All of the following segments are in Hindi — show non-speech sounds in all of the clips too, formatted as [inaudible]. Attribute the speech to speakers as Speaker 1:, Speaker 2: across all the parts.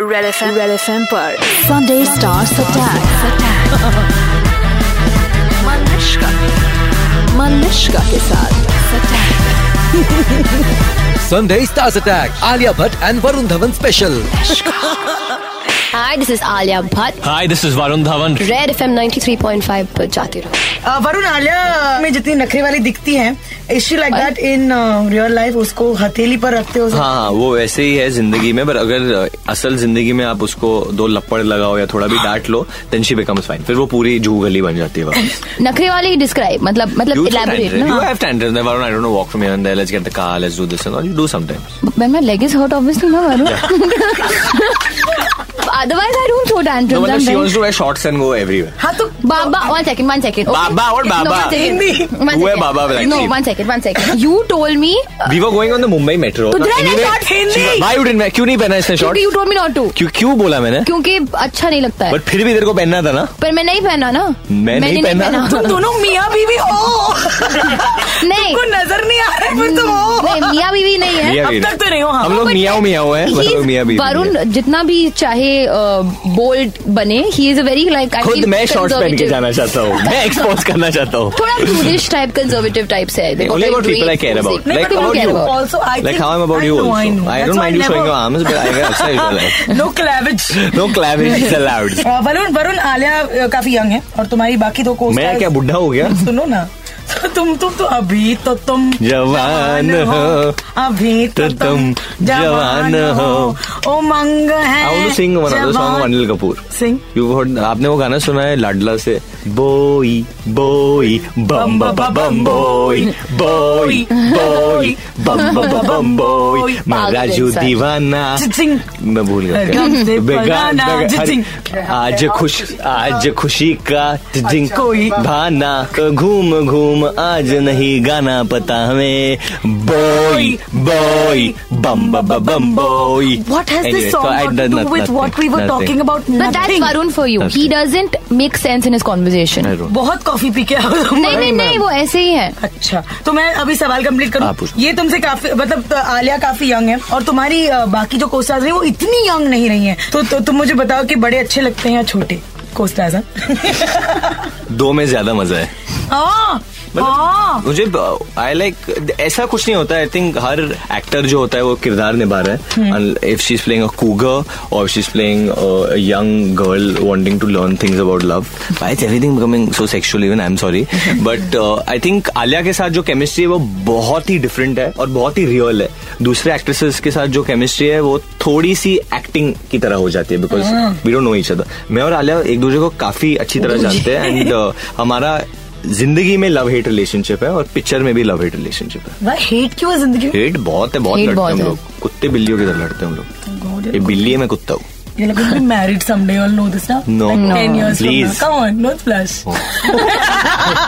Speaker 1: Red F M red F M पर Sunday stars attack Manushka Manushka के साथ
Speaker 2: Sunday Stars Attack, Alia Bhatt and Varun Dhawan special.
Speaker 3: Hi, this is Alia Bhatt.
Speaker 4: Hi, this is Varun Dhawan.
Speaker 3: Red FM 93.5 पर जाते रहो
Speaker 5: अ, वरुण आलिया में जितनी नखरे वाली दिखती है issue like that in real life uh, उसको हथेली पर रखते हो
Speaker 4: हाँ हाँ, वो वैसे ही है जिंदगी में पर अगर अ, असल जिंदगी में आप उसको दो लपड़ लगाओ या थोड़ा भी डांट लो देन शी बिकम्स फाइन फिर वो पूरी जूगली बन जाती है वापस
Speaker 3: नखरे वाले ही डिस्क्राइब मतलब मतलब
Speaker 4: You do
Speaker 3: elaborate
Speaker 4: tantrums. You
Speaker 3: ना
Speaker 4: have tantrums. Then, Varun, I don't know, walk from here and there. Let's get the car. Let's do this and all. You do sometimes.
Speaker 3: When my leg is hurt obviously ना Varun [laughs] Otherwise I don't throw
Speaker 4: No,
Speaker 3: tantrums.
Speaker 4: मतलब
Speaker 3: I'm
Speaker 4: she
Speaker 3: very
Speaker 4: wants to wear shorts and go everywhere.
Speaker 5: हाँ तो
Speaker 3: Baba, one second, one second. Okay.
Speaker 4: Baba or
Speaker 3: No,
Speaker 4: Baba?
Speaker 3: one second.
Speaker 5: Hindi.
Speaker 3: One
Speaker 4: Who है
Speaker 3: second.
Speaker 4: Baba Black
Speaker 3: No,
Speaker 4: Sheep?
Speaker 3: one second, one second. You told me. uh,
Speaker 4: We were going on the Mumbai metro.
Speaker 3: तो did I wear shorts?
Speaker 4: she- Why you didn't wear? क्यों नहीं पहना इसने
Speaker 3: क्योंकि
Speaker 4: shorts?
Speaker 3: you told me not to.
Speaker 4: क्यों क्यों बोला मैंने?
Speaker 3: क्योंकि अच्छा नहीं लगता है
Speaker 4: बट फिर भी तेरे को पहनना था ना?
Speaker 3: पर मैं नहीं पहना ना
Speaker 4: मैं नहीं
Speaker 3: मैंने
Speaker 4: पहना।
Speaker 5: तुम
Speaker 4: [laughs]
Speaker 5: दोनों मियाँ बीवी हो
Speaker 3: नहीं
Speaker 5: को नजर नहीं आ रहा है पर तुम हो
Speaker 3: नहीं मियाँ बीवी नहीं है
Speaker 4: मियाँ
Speaker 5: अब
Speaker 4: बीवी।
Speaker 5: तक तो नहीं हो हाँ।
Speaker 4: हम लोग
Speaker 3: But
Speaker 4: मियाँ मियाँ [laughs] हैं
Speaker 3: he
Speaker 4: मतलब
Speaker 3: is-
Speaker 4: मियाँ बीवी
Speaker 3: वरुण
Speaker 4: हैं।
Speaker 3: जितना भी चाहे बोल्ड बने he is a very like
Speaker 4: खुद मैं शॉर्ट्स पहन के जाना चाहता हूँ मैं एक्सपोज करना चाहता हूँ
Speaker 3: [laughs] थोड़ा ब्रूडिश टाइप कंजर्वेटिव टाइप से है
Speaker 4: Only about people I care about.
Speaker 3: नहीं
Speaker 4: Like
Speaker 3: people
Speaker 4: about
Speaker 3: care
Speaker 4: you.
Speaker 3: about.
Speaker 5: Also, I
Speaker 4: Like
Speaker 5: think
Speaker 4: how I'm about
Speaker 5: I
Speaker 4: you
Speaker 5: know,
Speaker 4: also.
Speaker 5: I know.
Speaker 4: I
Speaker 5: That's
Speaker 4: don't
Speaker 5: why
Speaker 4: mind you showing
Speaker 5: never-
Speaker 4: your arms, but I get upset.
Speaker 5: [laughs]
Speaker 4: like,
Speaker 5: no cleavage
Speaker 4: no clavage is allowed.
Speaker 5: [laughs] Uh, Varun Varun Alia अ, काफी यंग है और तुम्हारी बाकी दो कोर्स
Speaker 4: मैं क्या बुढ़ा हो गया
Speaker 5: सुनो ना [laughs] तुम तुम तो अभी तो तुम
Speaker 4: जवान हो,
Speaker 5: अभी
Speaker 4: तो
Speaker 5: तो तुम
Speaker 4: तुम
Speaker 5: जवान
Speaker 4: जवान
Speaker 5: हो उमंग है
Speaker 4: I want sing one other song Anil Kapoor
Speaker 5: sing
Speaker 4: You heard, आपने वो गाना सुना है लाडला से बोई बोई बम बम बम बम बोई बोई बोई बम बम बम बम बोई मैं
Speaker 3: पागल
Speaker 4: राजू
Speaker 3: इंसान।
Speaker 4: दीवाना
Speaker 5: जिंग
Speaker 4: मैं भूल गया
Speaker 5: हर गम से पगाना, जिंग।
Speaker 4: हर- आज खुश आज खुशी का जिंग
Speaker 5: अच्छा, कोई
Speaker 4: भाना घूम घूम आज नहीं गाना पता हमें बोई बोई बम बम बम बोई
Speaker 5: What has
Speaker 4: Anyway,
Speaker 5: this
Speaker 4: so
Speaker 5: song
Speaker 4: I
Speaker 5: got to
Speaker 4: done
Speaker 5: do
Speaker 4: noth-
Speaker 5: with what we
Speaker 4: nothing,
Speaker 5: were
Speaker 4: nothing.
Speaker 5: talking about?
Speaker 3: But that's
Speaker 5: Nothing.
Speaker 3: Varun for you. He doesn't make sense in his conversation.
Speaker 4: I
Speaker 3: नहीं
Speaker 4: don't-
Speaker 5: बहुत कॉफी पी के आओ तुम।
Speaker 3: नहीं नहीं वो ऐसे ही है
Speaker 5: अच्छा तो मैं अभी सवाल कंप्लीट
Speaker 4: हाँ,
Speaker 5: करूं
Speaker 4: पूछो।
Speaker 5: ये तुमसे काफी मतलब तो आलिया काफी यंग है और तुम्हारी अ, बाकी जो कोस्टाज हैं वो इतनी यंग नहीं रही हैं तो, तो तुम मुझे बताओ कि बड़े अच्छे लगते हैं या छोटे कोस्टाज [laughs] हाँ
Speaker 4: दो में ज्यादा मजा है
Speaker 5: हाँ
Speaker 4: मतलब मुझे आई लाइक ऐसा कुछ नहीं होता आई थिंक हर एक्टर जो होता है वो किरदार निभा रहा है if she is playing a cougar और she is playing young girl wanting to learn things about love I it's everything becoming so sexual even I am sorry but I think Alia के साथ जो केमिस्ट्री है वो बहुत ही डिफरेंट है और बहुत ही रियल है दूसरे एक्ट्रेसेस के साथ जो केमिस्ट्री है वो थोड़ी सी एक्टिंग की तरह हो जाती है because we don't know each other मैं और आलिया एक दूसरे को काफी अच्छी तरह जानते हैं एंड हमारा जिंदगी में लव हेट रिलेशनशिप है और पिक्चर में भी लव हेट रिलेशनशिप है
Speaker 5: भाई हेट क्यों है जिंदगी में?
Speaker 4: हेट बहुत है बहुत
Speaker 3: Hate
Speaker 4: लड़ते हैं
Speaker 3: बहुत
Speaker 4: हम
Speaker 3: है।
Speaker 4: लोग कुत्ते बिल्लियों की तरह लड़ते हैं हम लोग ये बिल्ली है मैं कुत्ता हूँ
Speaker 3: हाँ,
Speaker 5: You're like going to be married someday. You all know this now.
Speaker 4: No.
Speaker 5: Like
Speaker 4: No.
Speaker 5: 10 years
Speaker 4: Please. Oh.
Speaker 5: from now. Come on, no flash.
Speaker 3: हाँ,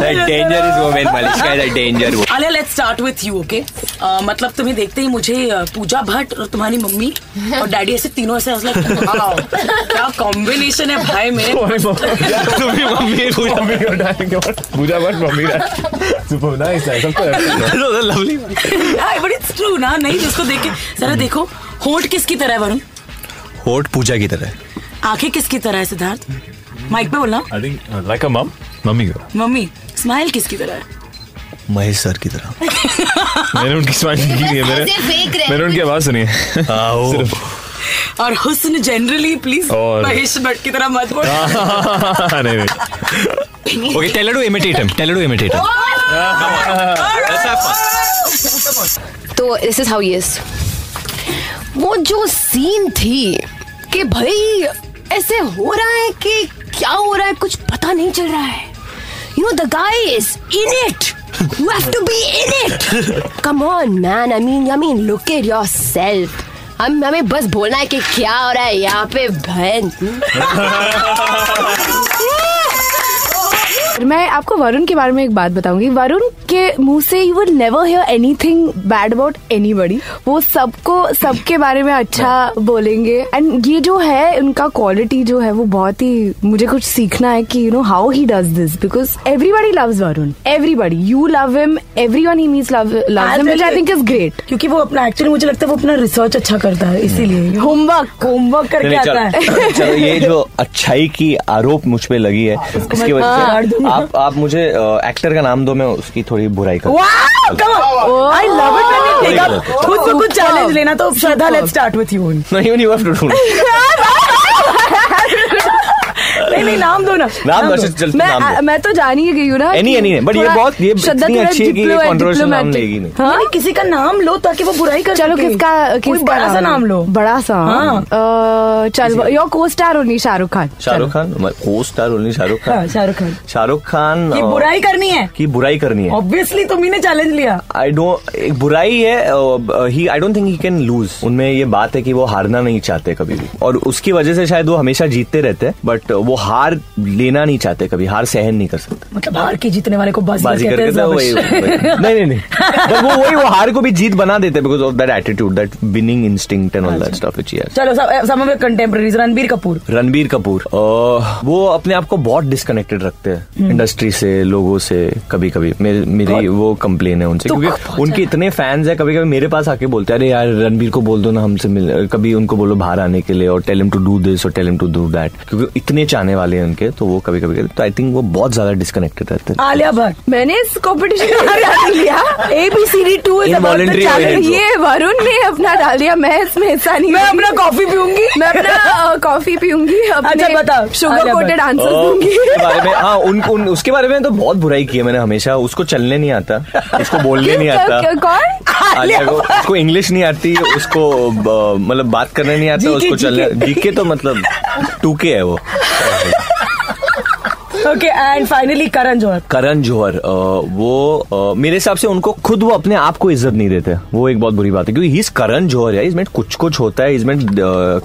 Speaker 4: डेंजर इज वोमेन मालिश का डेंजर
Speaker 5: [laughs]
Speaker 4: वो
Speaker 6: Alia let's start with you okay मतलब तुम्हें देखते ही मुझे अ, पूजा भट्ट और तुम्हारी मम्मी
Speaker 4: [laughs]
Speaker 6: और डैडी ऐसे तीनों ऐसे हंस लगे, "Wow, क्या कॉम्बिनेशन है भाई
Speaker 4: [laughs]
Speaker 6: मेरे
Speaker 4: तुम्हें मम्मी [laughs] पूजा
Speaker 7: Pooja Bhatt mummy super nice है सबको
Speaker 4: लवली
Speaker 6: बट इट्स ट्रू ना नहीं जिसको देख के जरा देखो होंठ किसकी तरह है वरुण
Speaker 4: होट पूजा की तरह
Speaker 6: आंखें किसकी तरह है सिद्धार्थ माइक पे बोलना
Speaker 7: आई थिंक लाइक अ मम मम्मी का
Speaker 6: मम्मी स्माइल किसकी तरह है
Speaker 4: महेश सर की तरह
Speaker 7: मैंने उनकी स्माइल की नहीं है मैंने
Speaker 3: ऐसे fake रहे।
Speaker 7: मैंने उनकी आवाज सुनी है सिर्फ
Speaker 6: और हुस्न जनरली प्लीज
Speaker 7: और-
Speaker 6: महेश भट्ट की तरह मत
Speaker 4: [laughs]
Speaker 6: बोल
Speaker 7: [laughs] नहीं नहीं
Speaker 4: okay tell her to imitate him tell her to imitate him Let's have fun.
Speaker 3: तो दिस इज हाउ यस वो जो सीन थी कि भाई ऐसे हो रहा है कि क्या हो रहा है कुछ पता नहीं चल रहा है you know the guy is in it you have to be in it come on man I mean I mean look at yourself हम हमें बस बोलना है कि क्या हो रहा है यहाँ पे बहन
Speaker 8: और [laughs] मैं आपको वरुण के बारे में एक बात बताऊंगी वरुण के मुंह से you will never hear anything bad about anybody वो सबको सबके बारे में अच्छा बोलेंगे एंड ये जो है उनका क्वालिटी जो है वो बहुत ही मुझे कुछ सीखना है कि you know how he does this because everybody loves Varun everybody you love him every one he means love
Speaker 3: हाँ,
Speaker 8: लव विच
Speaker 3: तो
Speaker 8: आई थिंक इज ग्रेट
Speaker 5: क्योंकि वो अपना एक्चुअली मुझे लगता है वो अपना रिसर्च अच्छा करता है इसीलिए
Speaker 8: होमवर्क
Speaker 5: होमवर्क करके
Speaker 4: नहीं,
Speaker 5: आता है
Speaker 4: नहीं, चलो चलो ये जो अच्छाई की आरोप मुझ पे लगी है इसकी वजह
Speaker 3: हाँ,
Speaker 5: मार
Speaker 4: से
Speaker 5: दूंगा।
Speaker 4: आप आप मुझे एक्टर का नाम दो मैं उसकी थोड़ी बुराई कर
Speaker 5: I love it when you take
Speaker 4: Superb.
Speaker 5: Up खुद को कुछ चैलेंज लेना तो Shraddha let's start with you
Speaker 4: [laughs] नहीं नहीं you have to do it.
Speaker 5: नहीं नहीं नाम दो ना
Speaker 4: नाम दो, चल- चल, नाम
Speaker 8: मैं
Speaker 4: दो।
Speaker 8: मैं तो जान ही गई हूँ ना
Speaker 4: Any-
Speaker 8: कि
Speaker 4: any नहीं, but ये
Speaker 8: थोड़ा
Speaker 4: बहुत- ये
Speaker 8: श्रद्धा
Speaker 4: इतनी
Speaker 8: थोड़ा
Speaker 4: अच्छी है कि ये
Speaker 8: diplo-
Speaker 4: controversial नाम
Speaker 8: diplomatic।
Speaker 4: लेगी नहीं।
Speaker 5: नहीं, नहीं, किसी का नाम लो ताकि वो बुराई कर
Speaker 8: चलो
Speaker 5: सके।
Speaker 8: किसका
Speaker 5: कोई
Speaker 8: किसका
Speaker 5: बड़ा सा नाम लो
Speaker 8: बड़ा सा
Speaker 5: हाँ।
Speaker 8: अ, चल योर को स्टार होनी शाहरुख खान
Speaker 4: शाहरुख खान को स्टार ओनली शाहरुख
Speaker 5: हाँ,
Speaker 4: खान
Speaker 5: शाहरुख खान
Speaker 4: शाहरुख खान
Speaker 5: ये
Speaker 4: अ,
Speaker 5: बुराई करनी है
Speaker 4: की बुराई करनी है
Speaker 5: ऑब्वियसली तुम ही ने चैलेंज लिया
Speaker 4: आई डोंट एक बुराई है ही I don't think he can lose उनमें ये बात है कि वो हारना नहीं चाहते कभी भी और उसकी वजह से शायद वो हमेशा जीतते रहते हैं बट वो हार लेना नहीं चाहते कभी हार सहन नहीं कर सकते
Speaker 5: मतलब हार के जीतने वाले को बाजी
Speaker 4: बाजी
Speaker 5: कहते
Speaker 4: करके
Speaker 5: हैं
Speaker 4: तो वही
Speaker 5: rubbish।
Speaker 4: वही- नहीं नहीं नहीं
Speaker 5: [laughs]
Speaker 4: But वो वही वो हार को भी जीत बना देते because of that attitude that winning instinct and all that
Speaker 5: अच्छा।
Speaker 4: स्टफ इच
Speaker 5: चलो some of contemporaries Ranbir Kapoor
Speaker 4: Ranbir Kapoor uh, वो अपने आप को बहुत डिस्कनेक्टेड रखते हैं इंडस्ट्री से लोगों से कभी कभी मेरे, मेरी वो कंप्लेन है उनसे क्योंकि उनके इतने फैंस हैं कभी कभी मेरे पास आके बोलते हैं अरे यार रणबीर को बोल दो ना हमसे मिल कभी उनको बोलो बाहर आने के लिए और टेलम टू डू दिस और टेलम टू डू दैट क्योंकि इतने चाहने वाले हैं उनके तो वो कभी कभी तो आई थिंक वो बहुत ज्यादा डिस्कनेक्टेड रहते हैं
Speaker 5: आलिया भट्ट
Speaker 8: मैंने इस कंपटीशन में भाग नहीं लिया [laughs] ए B C D two is about
Speaker 4: Involuntary way है
Speaker 8: ये वरुण ने अपना डाल दिया मैं इसमें हिस्सा नहीं मैं अपना कॉफी पीऊंगी मैं अपना अ, कॉफी पीऊंगी अपने
Speaker 5: अच्छा, बताओ,
Speaker 8: sugar
Speaker 5: Alia
Speaker 8: coated
Speaker 5: Bhatt.
Speaker 8: Answer
Speaker 4: और [laughs]
Speaker 8: दूंगी
Speaker 4: उसके बारे में हाँ उन, उन उसके बारे में तो बहुत बुराई की है मैंने हमेशा उसको चलने नहीं आता उसको बोलने नहीं
Speaker 8: क्या-
Speaker 4: आता
Speaker 8: क्या- कौन
Speaker 4: आलिया को उसको इंग्लिश नहीं आती उसको ब- मतलब बात करने नहीं आता उसको चलने जीके तो मतलब टूके है वो
Speaker 5: okay and finally Karan Johar
Speaker 4: Karan Johar अ, वो अ, मेरे हिसाब से उनको खुद वो अपने आप को इज्जत नहीं देते वो एक बहुत बुरी बात है क्योंकि ही करण जौहर है इसमें कुछ कुछ होता है इसमें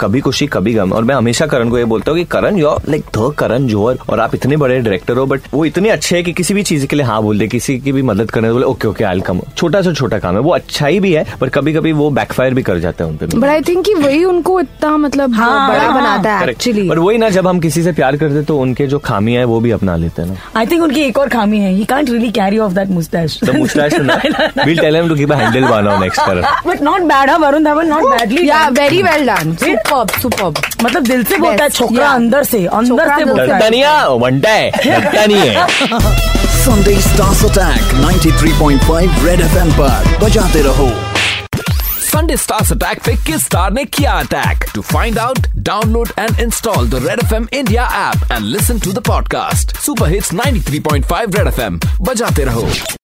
Speaker 4: कभी खुशी कभी गम और मैं हमेशा करण को ये बोलता हूँ कि Karan you like the Karan Johar और आप इतने बड़े डायरेक्टर हो बट वो इतने अच्छे हैं कि किसी भी चीज के लिए हाँ बोल दे किसी की भी मदद करने तो बोले ओके ओके आई कम छोटा सा छोटा काम है वो अच्छाई भी है पर कभी कभी वो बैकफायर भी कर जाता है उनपे
Speaker 8: बट आई थिंक कि वही उनको इतना मतलब बड़ा बनाता है
Speaker 4: Correct.
Speaker 8: एक्चुअली
Speaker 4: पर वही ना जब हम किसी से प्यार करते हैं, तो उनके जो खामियां है वो भी अपना लेते हैं ना
Speaker 5: आई थिंक उनकी एक और खामी है he can't really carry off that moustache
Speaker 9: [laughs]
Speaker 4: The mustache
Speaker 5: [laughs]
Speaker 4: is not- We'll tell him to keep a handle bar now next [laughs] time.
Speaker 5: But not bad है हाँ, वरुण धवन नॉट बैडली
Speaker 8: या very
Speaker 4: Hmm।
Speaker 8: Well done superb superb
Speaker 5: मतलब दिल से बोलता है
Speaker 8: Yes,
Speaker 5: छोकरा
Speaker 8: yeah.
Speaker 5: अंदर से अंदर
Speaker 8: छोकरा
Speaker 5: से
Speaker 8: अंदर से।
Speaker 5: बोलता है
Speaker 4: धनिया बनता है लगता नहीं
Speaker 9: [laughs]
Speaker 4: है
Speaker 10: Sunday Stars Attack 93.5 Red FM पर बजाते रहो
Speaker 9: संडे स्टार्स अटैक पे किस स्टार ने किया attack to find out download and install the red F M India app and listen to the podcast super hits 93.5 red F M बजाते रहो